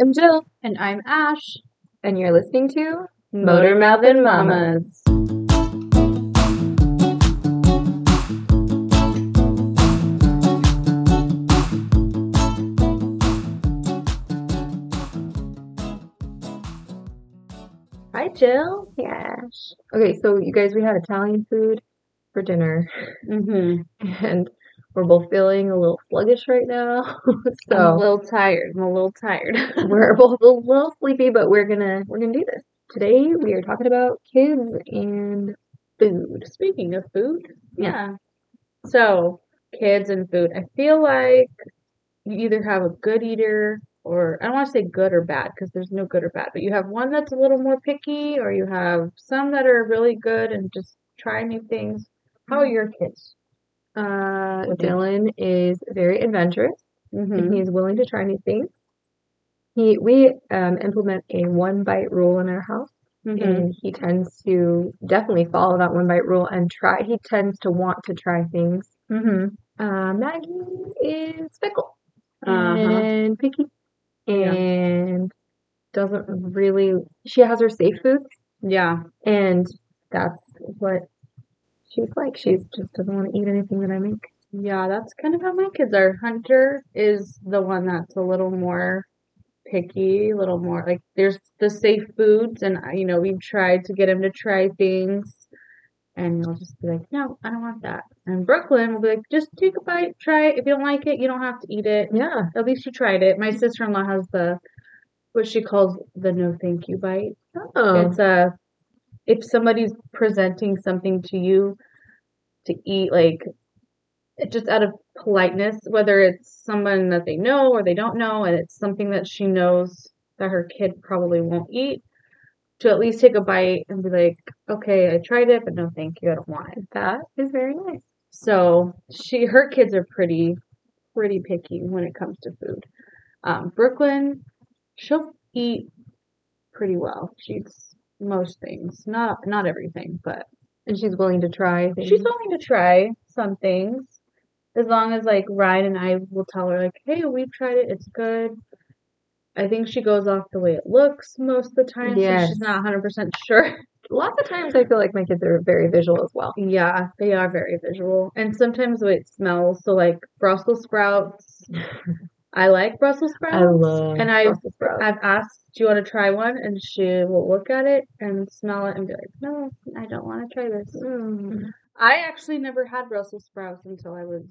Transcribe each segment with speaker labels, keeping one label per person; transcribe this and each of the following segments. Speaker 1: I'm Jill,
Speaker 2: And I'm Ash.
Speaker 1: and you're listening to
Speaker 2: Motor
Speaker 1: Mouth and Mamas. Hi, Jill. Yeah. Okay, so you guys, we had Italian food for dinner,
Speaker 2: Mm-hmm.
Speaker 1: and we're both feeling a little sluggish right now.
Speaker 2: I'm a
Speaker 1: so
Speaker 2: little tired. I'm a little tired.
Speaker 1: we're both a little sleepy, but we're gonna we're gonna do this today. We are talking about kids and food.
Speaker 2: Speaking of food,
Speaker 1: Yeah.
Speaker 2: yeah. So, kids and food. I feel like you either have a good eater or I don't want to say good or bad because there's no good or bad, but you have one that's a little more picky or you have some that are really good and just try new things. How are your kids?
Speaker 1: Uh,
Speaker 2: With him.
Speaker 1: Dylan is very adventurous and
Speaker 2: Mm-hmm.
Speaker 1: he's willing to try new things. He we um, implement a one bite rule in our house,
Speaker 2: Mm-hmm.
Speaker 1: and he tends to definitely follow that one bite rule and try. He tends to want to try things.
Speaker 2: Mm-hmm.
Speaker 1: Uh, Maggie is fickle
Speaker 2: Uh-huh.
Speaker 1: and picky,
Speaker 2: Yeah.
Speaker 1: and doesn't really. She has her safe food,
Speaker 2: Yeah.
Speaker 1: and that's what she's like. She just doesn't want to eat anything that I make.
Speaker 2: Yeah, that's kind of how my kids are. Hunter is the one that's a little more picky, a little more like there's the safe foods, and I- you know, we've tried to get him to try things, and he'll just be like, No, I don't want that. And Brooklyn will be like, Just take a bite, try it. If you don't like it, you don't have to eat it.
Speaker 1: Yeah.
Speaker 2: At least you tried it. My sister-in-law has the what she calls the no thank you bite.
Speaker 1: Oh.
Speaker 2: It's a if somebody's presenting something to you to eat, like it just out of politeness, whether it's someone that they know or they don't know, and it's something that she knows that her kid probably won't eat, to at least take a bite and be like, "Okay, I tried it, but no, thank you, I don't want it."
Speaker 1: That is very nice.
Speaker 2: So she, her kids are pretty, pretty picky when it comes to food. Um, Brooklyn, she'll eat pretty well. She eats most things, not not everything, but
Speaker 1: And she's willing to try things.
Speaker 2: She's willing to try some things as long as like Ryan and I will tell her like, "Hey, we've tried it. It's good." I think she goes off the way it looks most of the time, so
Speaker 1: Yes.
Speaker 2: she's not 100% sure.
Speaker 1: Lots of times I feel like my kids are very visual as well.
Speaker 2: yeah, they are very visual. And sometimes the way it smells, so like Brussels sprouts. I like Brussels sprouts. and I
Speaker 1: Brussels sprouts.
Speaker 2: I've asked, "Do you want to try one?" and she will look at it and smell it and be like, "No, I don't want to try this."
Speaker 1: Mm.
Speaker 2: I actually never had Brussels sprouts until I was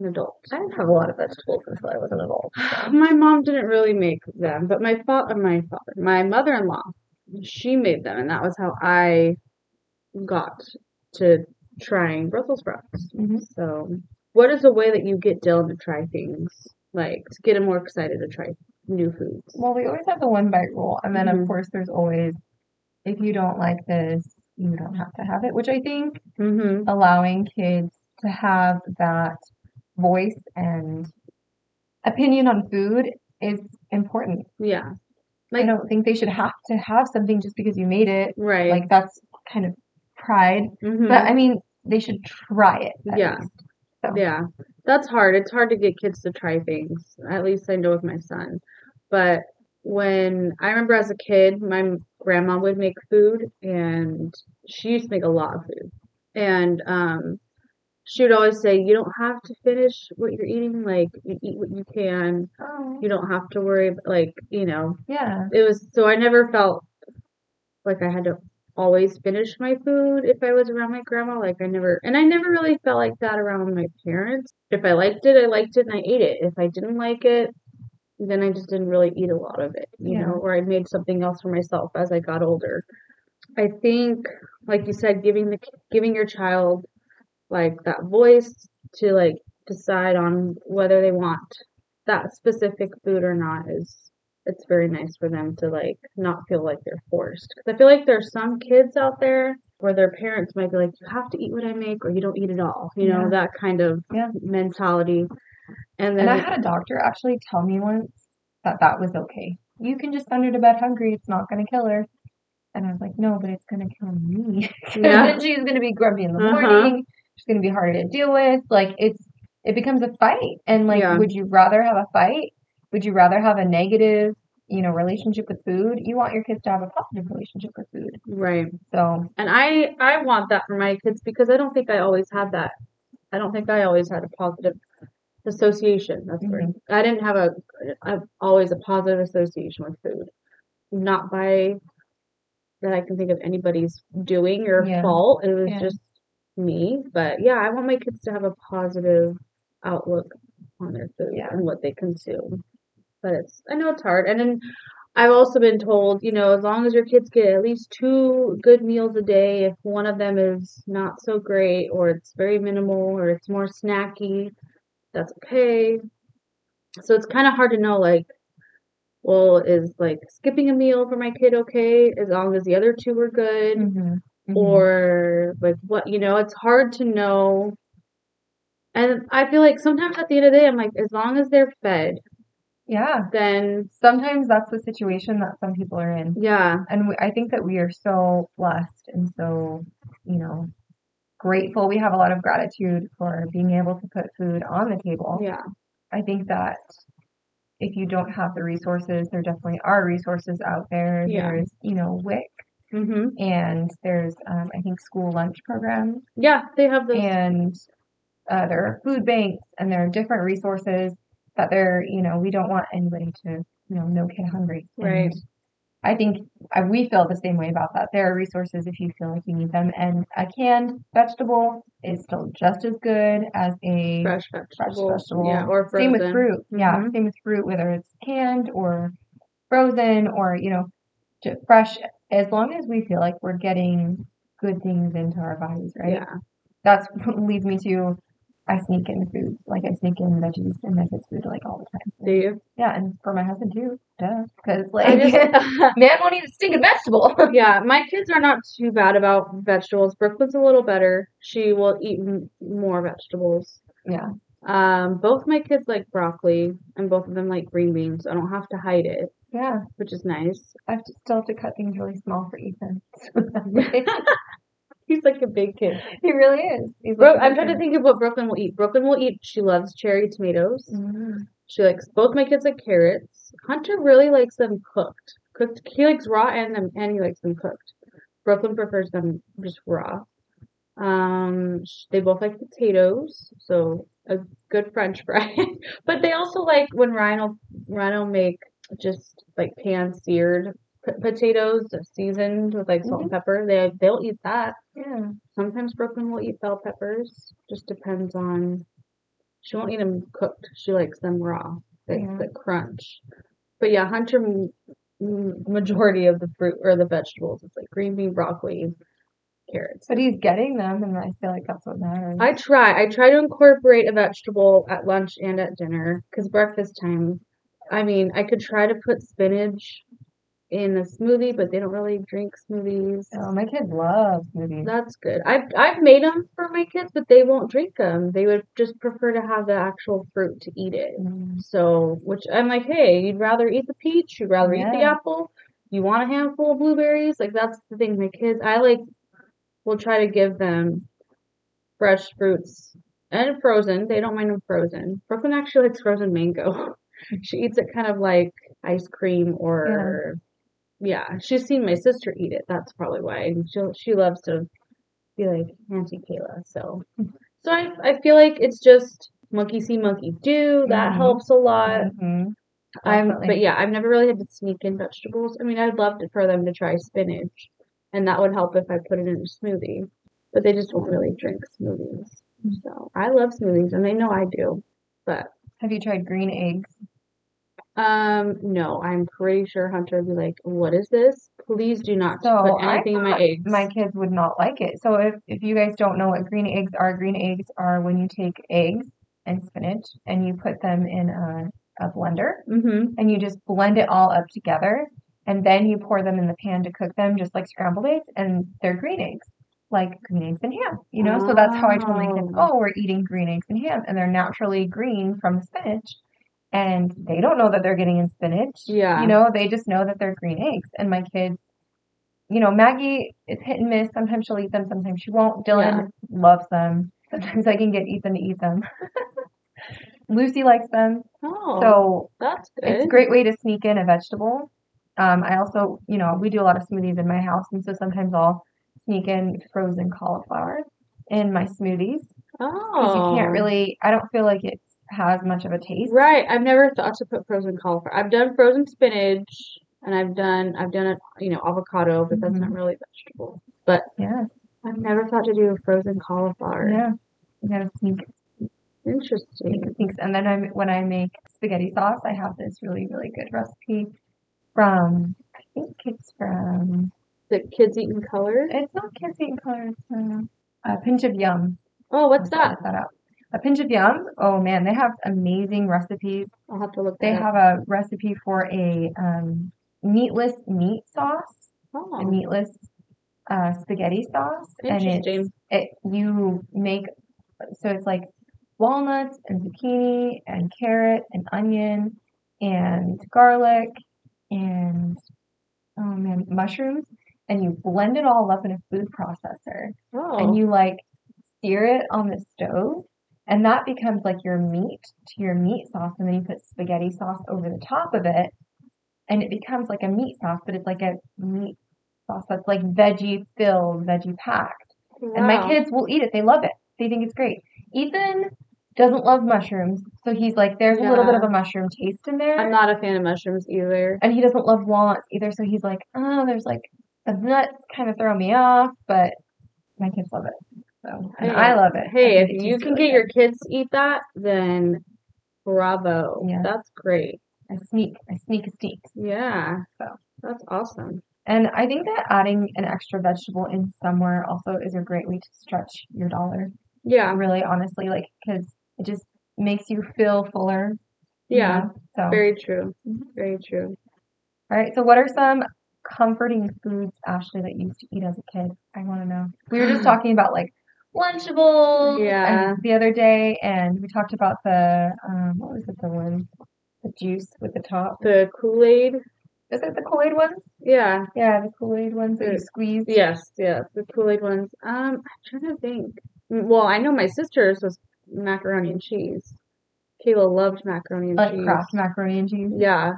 Speaker 2: an adult.
Speaker 1: I didn't have a lot of vegetables until I was an adult.
Speaker 2: My mom didn't really make them, but my father, my father, my mother-in-law, she made them, and that was how I got to trying Brussels sprouts.
Speaker 1: Mhm.
Speaker 2: So, what is a way that you get Dylan to try things, like to get him more excited to try new foods?
Speaker 1: Well, we always have the one bite rule, and then
Speaker 2: Mhm.
Speaker 1: of course there's always if you don't like this, you don't have to have it. Which I think
Speaker 2: Mm-hmm.
Speaker 1: allowing kids to have that voice and opinion on food is important.
Speaker 2: Yeah.
Speaker 1: I
Speaker 2: Like-
Speaker 1: don't think they should have to have something just because you made it.
Speaker 2: Right.
Speaker 1: Like that's kind of pride
Speaker 2: Mhm.
Speaker 1: But I mean, they should try it. at
Speaker 2: Yeah.
Speaker 1: least. So.
Speaker 2: Yeah, that's hard. It's hard to get kids to try things. At least I know with my son. But when I remember as a kid, my grandma would make food, and she used to make a lot of food. And um, she would always say, "You don't have to finish what you're eating. Like you eat what you can.
Speaker 1: Oh.
Speaker 2: You don't have to worry. ab- Like you know,
Speaker 1: Yeah.
Speaker 2: it was so I never felt like I had to always finish my food if I was around my grandma. Like I never, and I never really felt like that around my parents. If I liked it, I liked it and I ate it. If I didn't like it, then I just didn't really eat a lot of it, you
Speaker 1: Yeah.
Speaker 2: know, or I made something else for myself as I got older. I think, like you said, giving the giving your child like that voice to like decide on whether they want that specific food or not is it's very nice for them to like not feel like they're forced. 'Cause I feel like there's some kids out there where their parents might be like, you have to eat what I make or you don't eat at all. You know,
Speaker 1: Yeah.
Speaker 2: that kind of
Speaker 1: Yeah.
Speaker 2: mentality. And then
Speaker 1: And I had a doctor actually tell me once that that was okay. You can just send her to bed hungry. It's not going to kill her. And I was like, no, but it's going to kill me. And
Speaker 2: yeah,
Speaker 1: then she's going to be grumpy in the
Speaker 2: Uh-huh.
Speaker 1: morning. She's going to be harder to deal with. Like it's, it becomes a fight. And like,
Speaker 2: Yeah.
Speaker 1: would you rather have a fight? Would you rather have a negative you know, relationship with food, you want your kids to have a positive relationship with food.
Speaker 2: Right.
Speaker 1: So
Speaker 2: And I I want that for my kids because I don't think I always had that. I don't think I always had a positive association. That's the
Speaker 1: Mm-hmm.
Speaker 2: word. I didn't have a, a always a positive association with food. Not by that I can think of anybody's doing or
Speaker 1: Yeah.
Speaker 2: fault. It was
Speaker 1: Yeah.
Speaker 2: just me. But yeah, I want my kids to have a positive outlook on their food
Speaker 1: Yeah.
Speaker 2: and what they consume. But it's I know it's hard. And then I've also been told, you know, as long as your kids get at least two good meals a day, if one of them is not so great or it's very minimal or it's more snacky, that's okay. So it's kind of hard to know, like, well, is like skipping a meal for my kid okay as long as the other two are good?
Speaker 1: mhm, mhm.
Speaker 2: Or like what, you know, it's hard to know. And I feel like sometimes at the end of the day, I'm like, as long as they're fed,
Speaker 1: yeah.
Speaker 2: then
Speaker 1: Sometimes that's the situation that some people are in.
Speaker 2: yeah,
Speaker 1: and we, I think that we are so blessed and so, you know, grateful. We have a lot of gratitude for being able to put food on the table.
Speaker 2: yeah,
Speaker 1: I think that if you don't have the resources, there definitely are resources out there.
Speaker 2: Yeah.
Speaker 1: There's, you know, WIC
Speaker 2: hmm
Speaker 1: and there's, um, I think, school lunch programs
Speaker 2: yeah, they have those.
Speaker 1: and uh, there are food banks and there are different resources that they're, you know, we don't want anybody to, you know, no kid hungry. And
Speaker 2: Right.
Speaker 1: I think I, we feel the same way about that. There are resources if you feel like you need them. And a canned vegetable is still just as good as a
Speaker 2: fresh
Speaker 1: fresh
Speaker 2: vegetable.
Speaker 1: vegetable.
Speaker 2: Yeah, or frozen.
Speaker 1: Same with fruit. Yeah,
Speaker 2: Mhm.
Speaker 1: same with fruit, whether it's canned or frozen or, you know, j- fresh. As long as we feel like we're getting good things into our bodies, right?
Speaker 2: Yeah,
Speaker 1: That's what leads me to I sneak in food. Like I sneak in veggies and my kids' food like all the time.
Speaker 2: do you?
Speaker 1: Yeah, and for my husband too. Duh. Because
Speaker 2: I
Speaker 1: like
Speaker 2: just,
Speaker 1: man won't eat a stinking vegetable.
Speaker 2: yeah, my kids are not too bad about vegetables. Brooklyn's a little better. She will eat m- more vegetables.
Speaker 1: yeah.
Speaker 2: Um, both my kids like broccoli, and both of them like green beans. I don't have to hide it,
Speaker 1: Yeah.
Speaker 2: which is nice.
Speaker 1: I have to, still have to cut things really small for Ethan.
Speaker 2: He's like a big kid.
Speaker 1: he really is. He's
Speaker 2: Bro, I'm trying to think of what Brooklyn will eat. Brooklyn will eat. She loves cherry tomatoes.
Speaker 1: Mm,
Speaker 2: She likes both my kids like carrots. Hunter really likes them cooked. Cooked. He likes raw and them and he likes them cooked. Brooklyn prefers them just raw. Um, sh- they both like potatoes, so a good French fry. but they also like when Ryan will, Ryan will make just like pan seared p- potatoes seasoned with like salt and pepper. They they'll eat that.
Speaker 1: yeah.
Speaker 2: Sometimes Brooklyn will eat bell peppers. Just depends on. She won't eat them cooked. She likes them raw. The,
Speaker 1: Yeah.
Speaker 2: the crunch. But yeah, Hunter, m- m- majority of the fruit or the vegetables, it's like green bean, broccoli, carrots.
Speaker 1: But he's getting them, and I feel like that's what matters.
Speaker 2: I try. I try to incorporate a vegetable at lunch and at dinner because breakfast time. I mean, I could try to put spinach in a smoothie, but they don't really drink smoothies.
Speaker 1: oh, my kid loves movies.
Speaker 2: That's good. I've I've made them for my kids, but they won't drink them. They would just prefer to have the actual fruit to eat it.
Speaker 1: Mm,
Speaker 2: So, which I'm like, hey, you'd rather eat the peach, you'd rather eat the
Speaker 1: Yeah.
Speaker 2: apple. You want a handful of blueberries? Like that's the thing. My kids, I like, will try to give them fresh fruits and frozen. They don't mind them frozen. Brooklyn actually likes frozen mango. she eats it kind of like ice cream or. Yeah, she's seen my sister eat it. That's probably why. And she she loves to be like Auntie Kayla. So, so I I feel like it's just monkey see, monkey do. That
Speaker 1: Mhm.
Speaker 2: helps a lot.
Speaker 1: mhm,
Speaker 2: I'm
Speaker 1: definitely.
Speaker 2: but yeah, I've never really had to sneak in vegetables. I mean, I'd love to, for them to try spinach, and that would help if I put it in a smoothie. But they just won't really drink smoothies.
Speaker 1: Mm-hmm.
Speaker 2: So I love smoothies, and they know I do. But
Speaker 1: Have you tried green eggs?
Speaker 2: um, no, I'm pretty sure Hunter would be like, "What is this? Please do not
Speaker 1: So,
Speaker 2: put
Speaker 1: I
Speaker 2: anything in my
Speaker 1: thought
Speaker 2: eggs."
Speaker 1: My kids would not like it. So if, if you guys don't know what green eggs are, green eggs are when you take eggs and spinach and you put them in a, a blender
Speaker 2: mm-hmm.
Speaker 1: and you just blend it all up together and then you pour them in the pan to cook them just like scrambled eggs and they're green eggs like green eggs and ham you know so that's how i told my kids
Speaker 2: Oh.
Speaker 1: oh we're eating green eggs and ham and they're naturally green from the spinach and they don't know that they're getting in spinach
Speaker 2: Yeah.
Speaker 1: you know they just know that they're green eggs and my kids you know maggie is hit and miss sometimes she'll eat them sometimes she won't dylan loves them sometimes i can get ethan to eat them Lucy likes them,
Speaker 3: Oh,
Speaker 1: so
Speaker 3: that's good.
Speaker 1: it's a great way to sneak in a vegetable. Um, I also, you know, we do a lot of smoothies in my house, and so sometimes I'll sneak in frozen cauliflower in my smoothies because
Speaker 3: Oh,
Speaker 1: you can't really. I don't feel like it has much of a taste.
Speaker 2: Right. I've never thought to put frozen cauliflower. I've done frozen spinach and I've done I've done it, you know, avocado, but that's not really a vegetable.
Speaker 1: Yeah,
Speaker 2: I've never thought to do a frozen cauliflower.
Speaker 1: yeah. You gotta sneak, sneak,
Speaker 2: Interesting.
Speaker 1: sneak. And then I, when I make spaghetti sauce, I have this really, really good recipe from. I think it's from.
Speaker 2: The kids eating color.
Speaker 1: It's not kids eating color. It's um, a pinch of yum.
Speaker 2: Oh, what's
Speaker 1: I'll
Speaker 2: that?
Speaker 1: look That up. A pinch of yum. Oh man, they have amazing recipes.
Speaker 2: I'll have to look
Speaker 1: They
Speaker 2: that
Speaker 1: have
Speaker 2: up.
Speaker 1: a recipe for a um, meatless meat sauce, a
Speaker 2: Oh,
Speaker 1: meatless uh, spaghetti sauce, and it's
Speaker 2: interesting.
Speaker 1: it you make so it's like walnuts and zucchini and carrot and onion and garlic and oh man mushrooms and you blend it all up in a food processor
Speaker 2: Oh,
Speaker 1: and you like sear it on the stove and that becomes like your meat to your meat sauce and then you put spaghetti sauce over the top of it and it becomes like a meat sauce but it's like a meat sauce that's like veggie filled veggie packed and my
Speaker 2: wow.
Speaker 1: kids will eat it. They love it. They think it's great. Ethan doesn't love mushrooms, so he's like, there's a little bit
Speaker 2: Yeah.
Speaker 1: of a mushroom taste in there.
Speaker 2: I'm not a fan of mushrooms either.
Speaker 1: and he doesn't love walnuts either, so he's like, oh, there's like the nuts kind of throw me off, but my kids love it. So and
Speaker 2: Hey.
Speaker 1: I love it. I
Speaker 2: Hey,
Speaker 1: think
Speaker 2: if
Speaker 1: it
Speaker 2: you
Speaker 1: tastes
Speaker 2: can
Speaker 1: really
Speaker 2: get your kids to eat that, then bravo.
Speaker 1: Yeah.
Speaker 2: That's great.
Speaker 1: good. I sneak, I sneak a sneak.
Speaker 2: Yeah.
Speaker 1: So.
Speaker 2: That's awesome.
Speaker 1: And I think that adding an extra vegetable in somewhere also is a great way to stretch your dollar.
Speaker 2: Yeah.
Speaker 1: Really, honestly, like because it just makes you feel fuller. you
Speaker 2: Yeah.
Speaker 1: know? So
Speaker 2: Very true.
Speaker 1: Mhm.
Speaker 2: Very true.
Speaker 1: All right. So, what are some comforting foods, Ashley, that you used to eat as a kid? I want to know. We were just talking about like Lunchables and
Speaker 2: Mm. Yeah.
Speaker 1: the other day, and we talked about the um, what was it? The one, the juice with the top.
Speaker 2: The Kool Aid.
Speaker 1: Is it the Kool Aid ones?
Speaker 2: Yeah.
Speaker 1: Yeah, the Kool Aid ones that you
Speaker 2: The-
Speaker 1: squeeze.
Speaker 2: Yes. Yes. The Kool Aid ones. Um, I'm trying to think. Mm, Well, I know my sister's was macaroni and cheese. Kayla loved macaroni and
Speaker 1: Like
Speaker 2: cheese.
Speaker 1: Kraft macaroni and cheese.
Speaker 2: Yeah.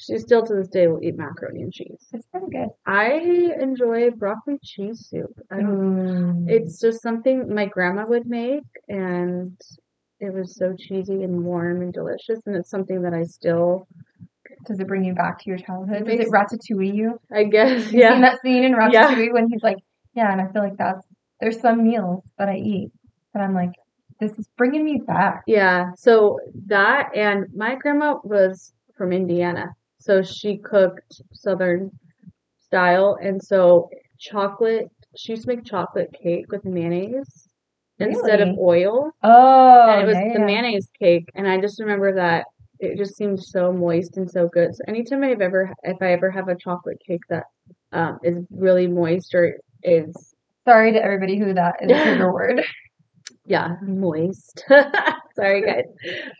Speaker 2: She still to this day will eat macaroni and cheese.
Speaker 1: It's pretty good.
Speaker 2: I enjoy broccoli cheese soup. I don't
Speaker 1: Mm.
Speaker 2: It's just something my grandma would make, and it was so cheesy and warm and delicious. And it's something that I still,
Speaker 1: Does it bring you back to your childhood? Does it
Speaker 2: makes-
Speaker 1: ratatouille you?
Speaker 2: I guess,
Speaker 1: You've seen
Speaker 2: yeah,
Speaker 1: that scene in Ratatouille when he's like, yeah, and I feel like that's there's some meals that I eat that I'm like, this is bringing me back.
Speaker 2: yeah. So that, and my grandma was from Indiana, so she cooked Southern style, and so chocolate. She used to make chocolate cake with mayonnaise instead of
Speaker 1: Really?
Speaker 2: oil.
Speaker 1: Oh,
Speaker 2: and it was
Speaker 1: yeah,
Speaker 2: the
Speaker 1: yeah.
Speaker 2: mayonnaise cake and i just remember that it just seemed so moist and so good so anytime i've ever if i ever have a chocolate cake that um, is really moist or is
Speaker 1: Sorry to everybody who that is a trigger word.
Speaker 2: yeah moist sorry guys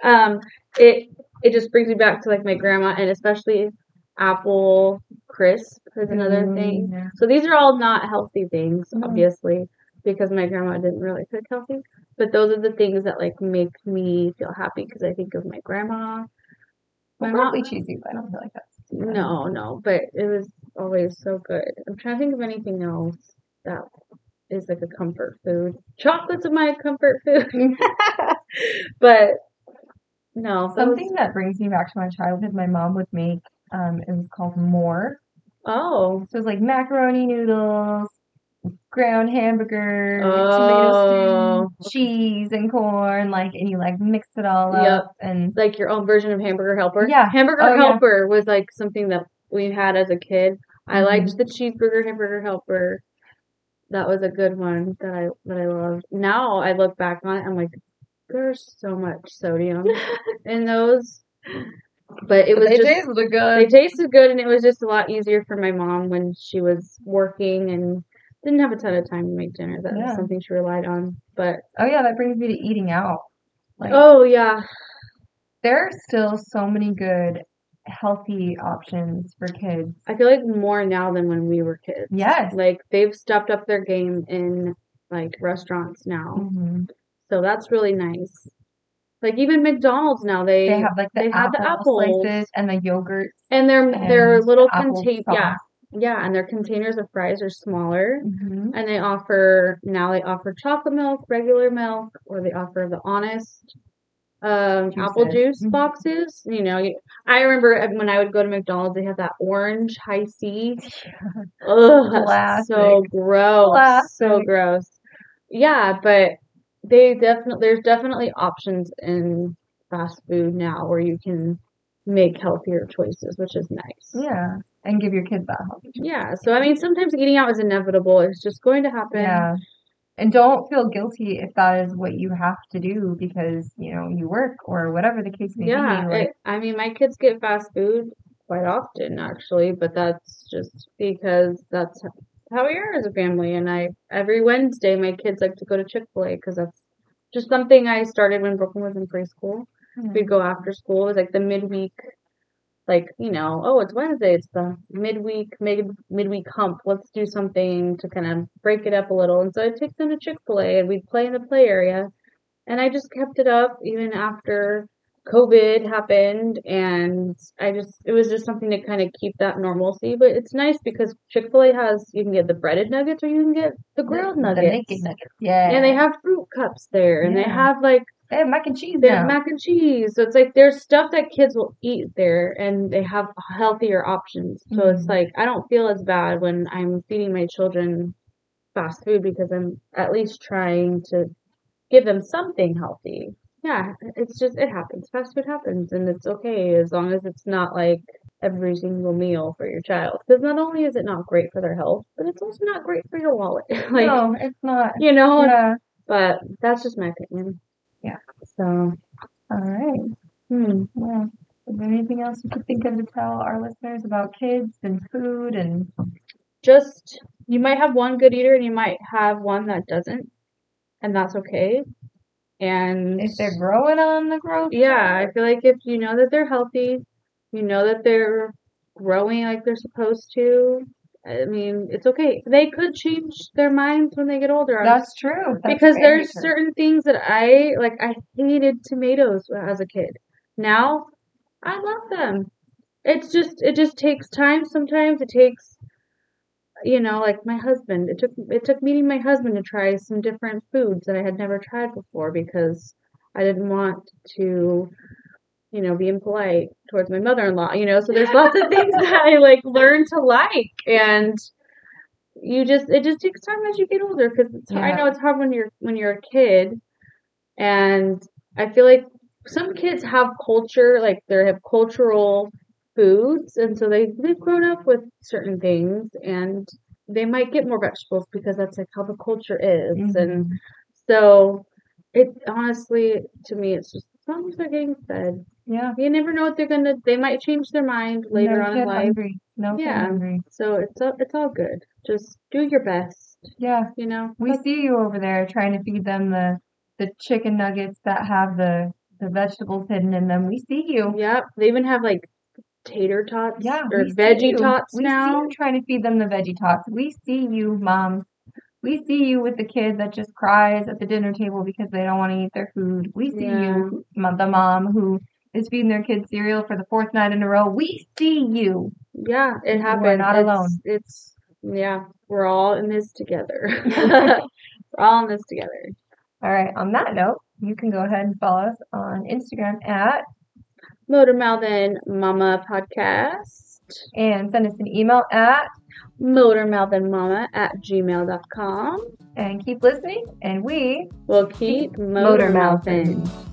Speaker 2: um it it just brings me back to like my grandma and especially apple crisp is another thing
Speaker 1: Mm,
Speaker 2: so these are all not healthy things
Speaker 1: Mhm.
Speaker 2: obviously because my grandma didn't really cook healthy but those are the things that like make me feel happy because i think of my grandma my
Speaker 1: Well,
Speaker 2: mom
Speaker 1: probably cheesy, but I don't feel like that's
Speaker 2: no no but it was always so good i'm trying to think of anything else that is like a comfort food chocolate's my comfort food but no those-
Speaker 1: Something that brings me back to my childhood, my mom would make, um, it was called more.
Speaker 2: oh
Speaker 1: So it was like macaroni noodles, ground hamburger, tomato
Speaker 2: Oh.
Speaker 1: soup, cheese and corn, like, and you like mix it all
Speaker 2: Yep.
Speaker 1: up and
Speaker 2: like your own version of hamburger helper
Speaker 1: Yeah.
Speaker 2: hamburger
Speaker 1: Oh, yeah.
Speaker 2: helper was like something that we had as a kid
Speaker 1: Mm-hmm.
Speaker 2: i liked the cheeseburger hamburger helper that was a good one that i that i loved now i look back on it i'm like there's so much sodium in those but it was
Speaker 1: they
Speaker 2: just
Speaker 1: tasted good.
Speaker 2: they tasted good and it was just a lot easier for my mom when she was working and didn't have a ton of time to make dinner that
Speaker 1: Yeah.
Speaker 2: was something she relied on but
Speaker 1: Oh yeah, that brings me to eating out. Like
Speaker 2: oh yeah
Speaker 1: there are still so many good healthy options for kids.
Speaker 2: I feel like more now than when we were kids.
Speaker 1: Yes.
Speaker 2: Like they've stepped up their game in like restaurants now.
Speaker 1: Mhm.
Speaker 2: So that's really nice. Like even McDonald's now they,
Speaker 1: They have like the,
Speaker 2: they have the
Speaker 1: apple
Speaker 2: apples.
Speaker 1: slices and the yogurt.
Speaker 2: and their their
Speaker 1: and
Speaker 2: little
Speaker 1: apple
Speaker 2: contain
Speaker 1: sauce.
Speaker 2: yeah yeah and their containers of fries are smaller.
Speaker 1: hmm
Speaker 2: And they offer now they offer chocolate milk, regular milk, or they offer the honest um, apple
Speaker 1: Juices.
Speaker 2: juice
Speaker 1: Mhm.
Speaker 2: boxes. You know, you- I remember uh, when I would go to McDonald's, they had that orange high C. Ugh, that's so gross, so
Speaker 1: Classic.
Speaker 2: gross. Yeah, but they definitely there's definitely options in fast food now where you can make healthier choices, which is nice.
Speaker 1: Yeah, and give your kids that healthy.
Speaker 2: Yeah, so I mean, sometimes eating out is inevitable. It's just going to happen.
Speaker 1: Yeah. And don't feel guilty if that is what you have to do because, you know, you work or whatever the case may
Speaker 2: Yeah,
Speaker 1: be. Like,
Speaker 2: it, I mean, my kids get fast food quite often, actually, but that's just because that's h- how we are as a family. And I, every Wednesday, my kids like to go to Chick-fil-A because that's just something I started when Brooklyn was in preschool.
Speaker 1: hmm,
Speaker 2: We'd go after school. It was like the midweek, like, you know, oh, it's Wednesday. It's the midweek, mid midweek hump. Let's do something to kind of break it up a little. And so I'd take them to Chick-fil-A and we'd play in the play area. And I just kept it up even after COVID happened. And I just, it was just something to kind of keep that normalcy. But it's nice because Chick-fil-A has, you can get the breaded nuggets or you can get the grilled
Speaker 1: the, the
Speaker 2: nuggets.
Speaker 1: naked nuggets. Yeah.
Speaker 2: And they have fruit cups there and they
Speaker 1: Yeah.
Speaker 2: have like,
Speaker 1: They have mac and cheese now.
Speaker 2: there's mac and cheese. So it's like there's stuff that kids will eat there and they have healthier options. So it's
Speaker 1: Mhm.
Speaker 2: like I don't feel as bad when I'm feeding my children fast food because I'm at least trying to give them something healthy. Yeah, it's just it happens. Fast food happens and it's okay as long as it's not like every single meal for your child. Because not only is it not great for their health, but it's also not great for your wallet. like
Speaker 1: no, it's not.
Speaker 2: you know,
Speaker 1: Yeah.
Speaker 2: but that's just my opinion.
Speaker 1: Yeah.
Speaker 2: So
Speaker 1: All right.
Speaker 2: hmm.
Speaker 1: Yeah. Is there anything else you could think of to tell our listeners about kids and food and
Speaker 2: just you might have one good eater and you might have one that doesn't and that's okay and
Speaker 1: if they're growing on the growth?
Speaker 2: yeah
Speaker 1: track?
Speaker 2: i feel like if you know that they're healthy you know that they're growing like they're supposed to i mean it's okay they could change their minds when they get older I'm-
Speaker 1: That's true. That's
Speaker 2: because
Speaker 1: very
Speaker 2: there's
Speaker 1: true.
Speaker 2: certain things that i like i hated tomatoes as a kid now i love them it's just it just takes time sometimes it takes you know, like my husband, it took it took meeting my husband to try some different foods that I had never tried before because I didn't want to, you know, be impolite towards my mother-in-law, you know. So there's lots of things that I like learned to like and you just it just takes time as you get older because it's I
Speaker 1: Yeah.
Speaker 2: know it's hard when you're when you're a kid and I feel like some kids have culture, like they have cultural foods, and so they they've grown up with certain things, and they might get more vegetables because that's like how the culture is, and
Speaker 1: Mhm.
Speaker 2: so it honestly to me it's just as long as they're getting fed,
Speaker 1: Mm-hmm. Yeah.
Speaker 2: you never know what they're gonna. They might change their mind later
Speaker 1: no
Speaker 2: on
Speaker 1: kid
Speaker 2: in life,
Speaker 1: hungry. No kid
Speaker 2: Yeah.
Speaker 1: hungry.
Speaker 2: so it's all, it's all good. Just do your best,
Speaker 1: Yeah.
Speaker 2: you know.
Speaker 1: We see you over there trying to feed them the the chicken nuggets that have the the vegetables hidden in them. We see you.
Speaker 2: Yep, they even have like tater tots
Speaker 1: Yeah,
Speaker 2: or
Speaker 1: we see
Speaker 2: veggie
Speaker 1: you.
Speaker 2: tots
Speaker 1: We see
Speaker 2: now.
Speaker 1: you trying to feed them the veggie tots. We see you, mom. We see you with the kid that just cries at the dinner table because they don't want to eat their food. We see
Speaker 2: Yeah.
Speaker 1: you, mo- the mom who is feeding their kid cereal for the fourth night in a row. We see you.
Speaker 2: Yeah, it happened.
Speaker 1: not
Speaker 2: it's,
Speaker 1: alone.
Speaker 2: It's yeah, we're all in this together. we're all in this together.
Speaker 1: All right. On that note, you can go ahead and follow us on Instagram at
Speaker 2: Motor Mouth and Mama podcast.
Speaker 1: and send us an email at
Speaker 2: Motor Mouth and Mama at gmail.com.
Speaker 1: and keep listening. And we
Speaker 2: We'll keep motor
Speaker 1: motor mouthing.
Speaker 2: mouthin'.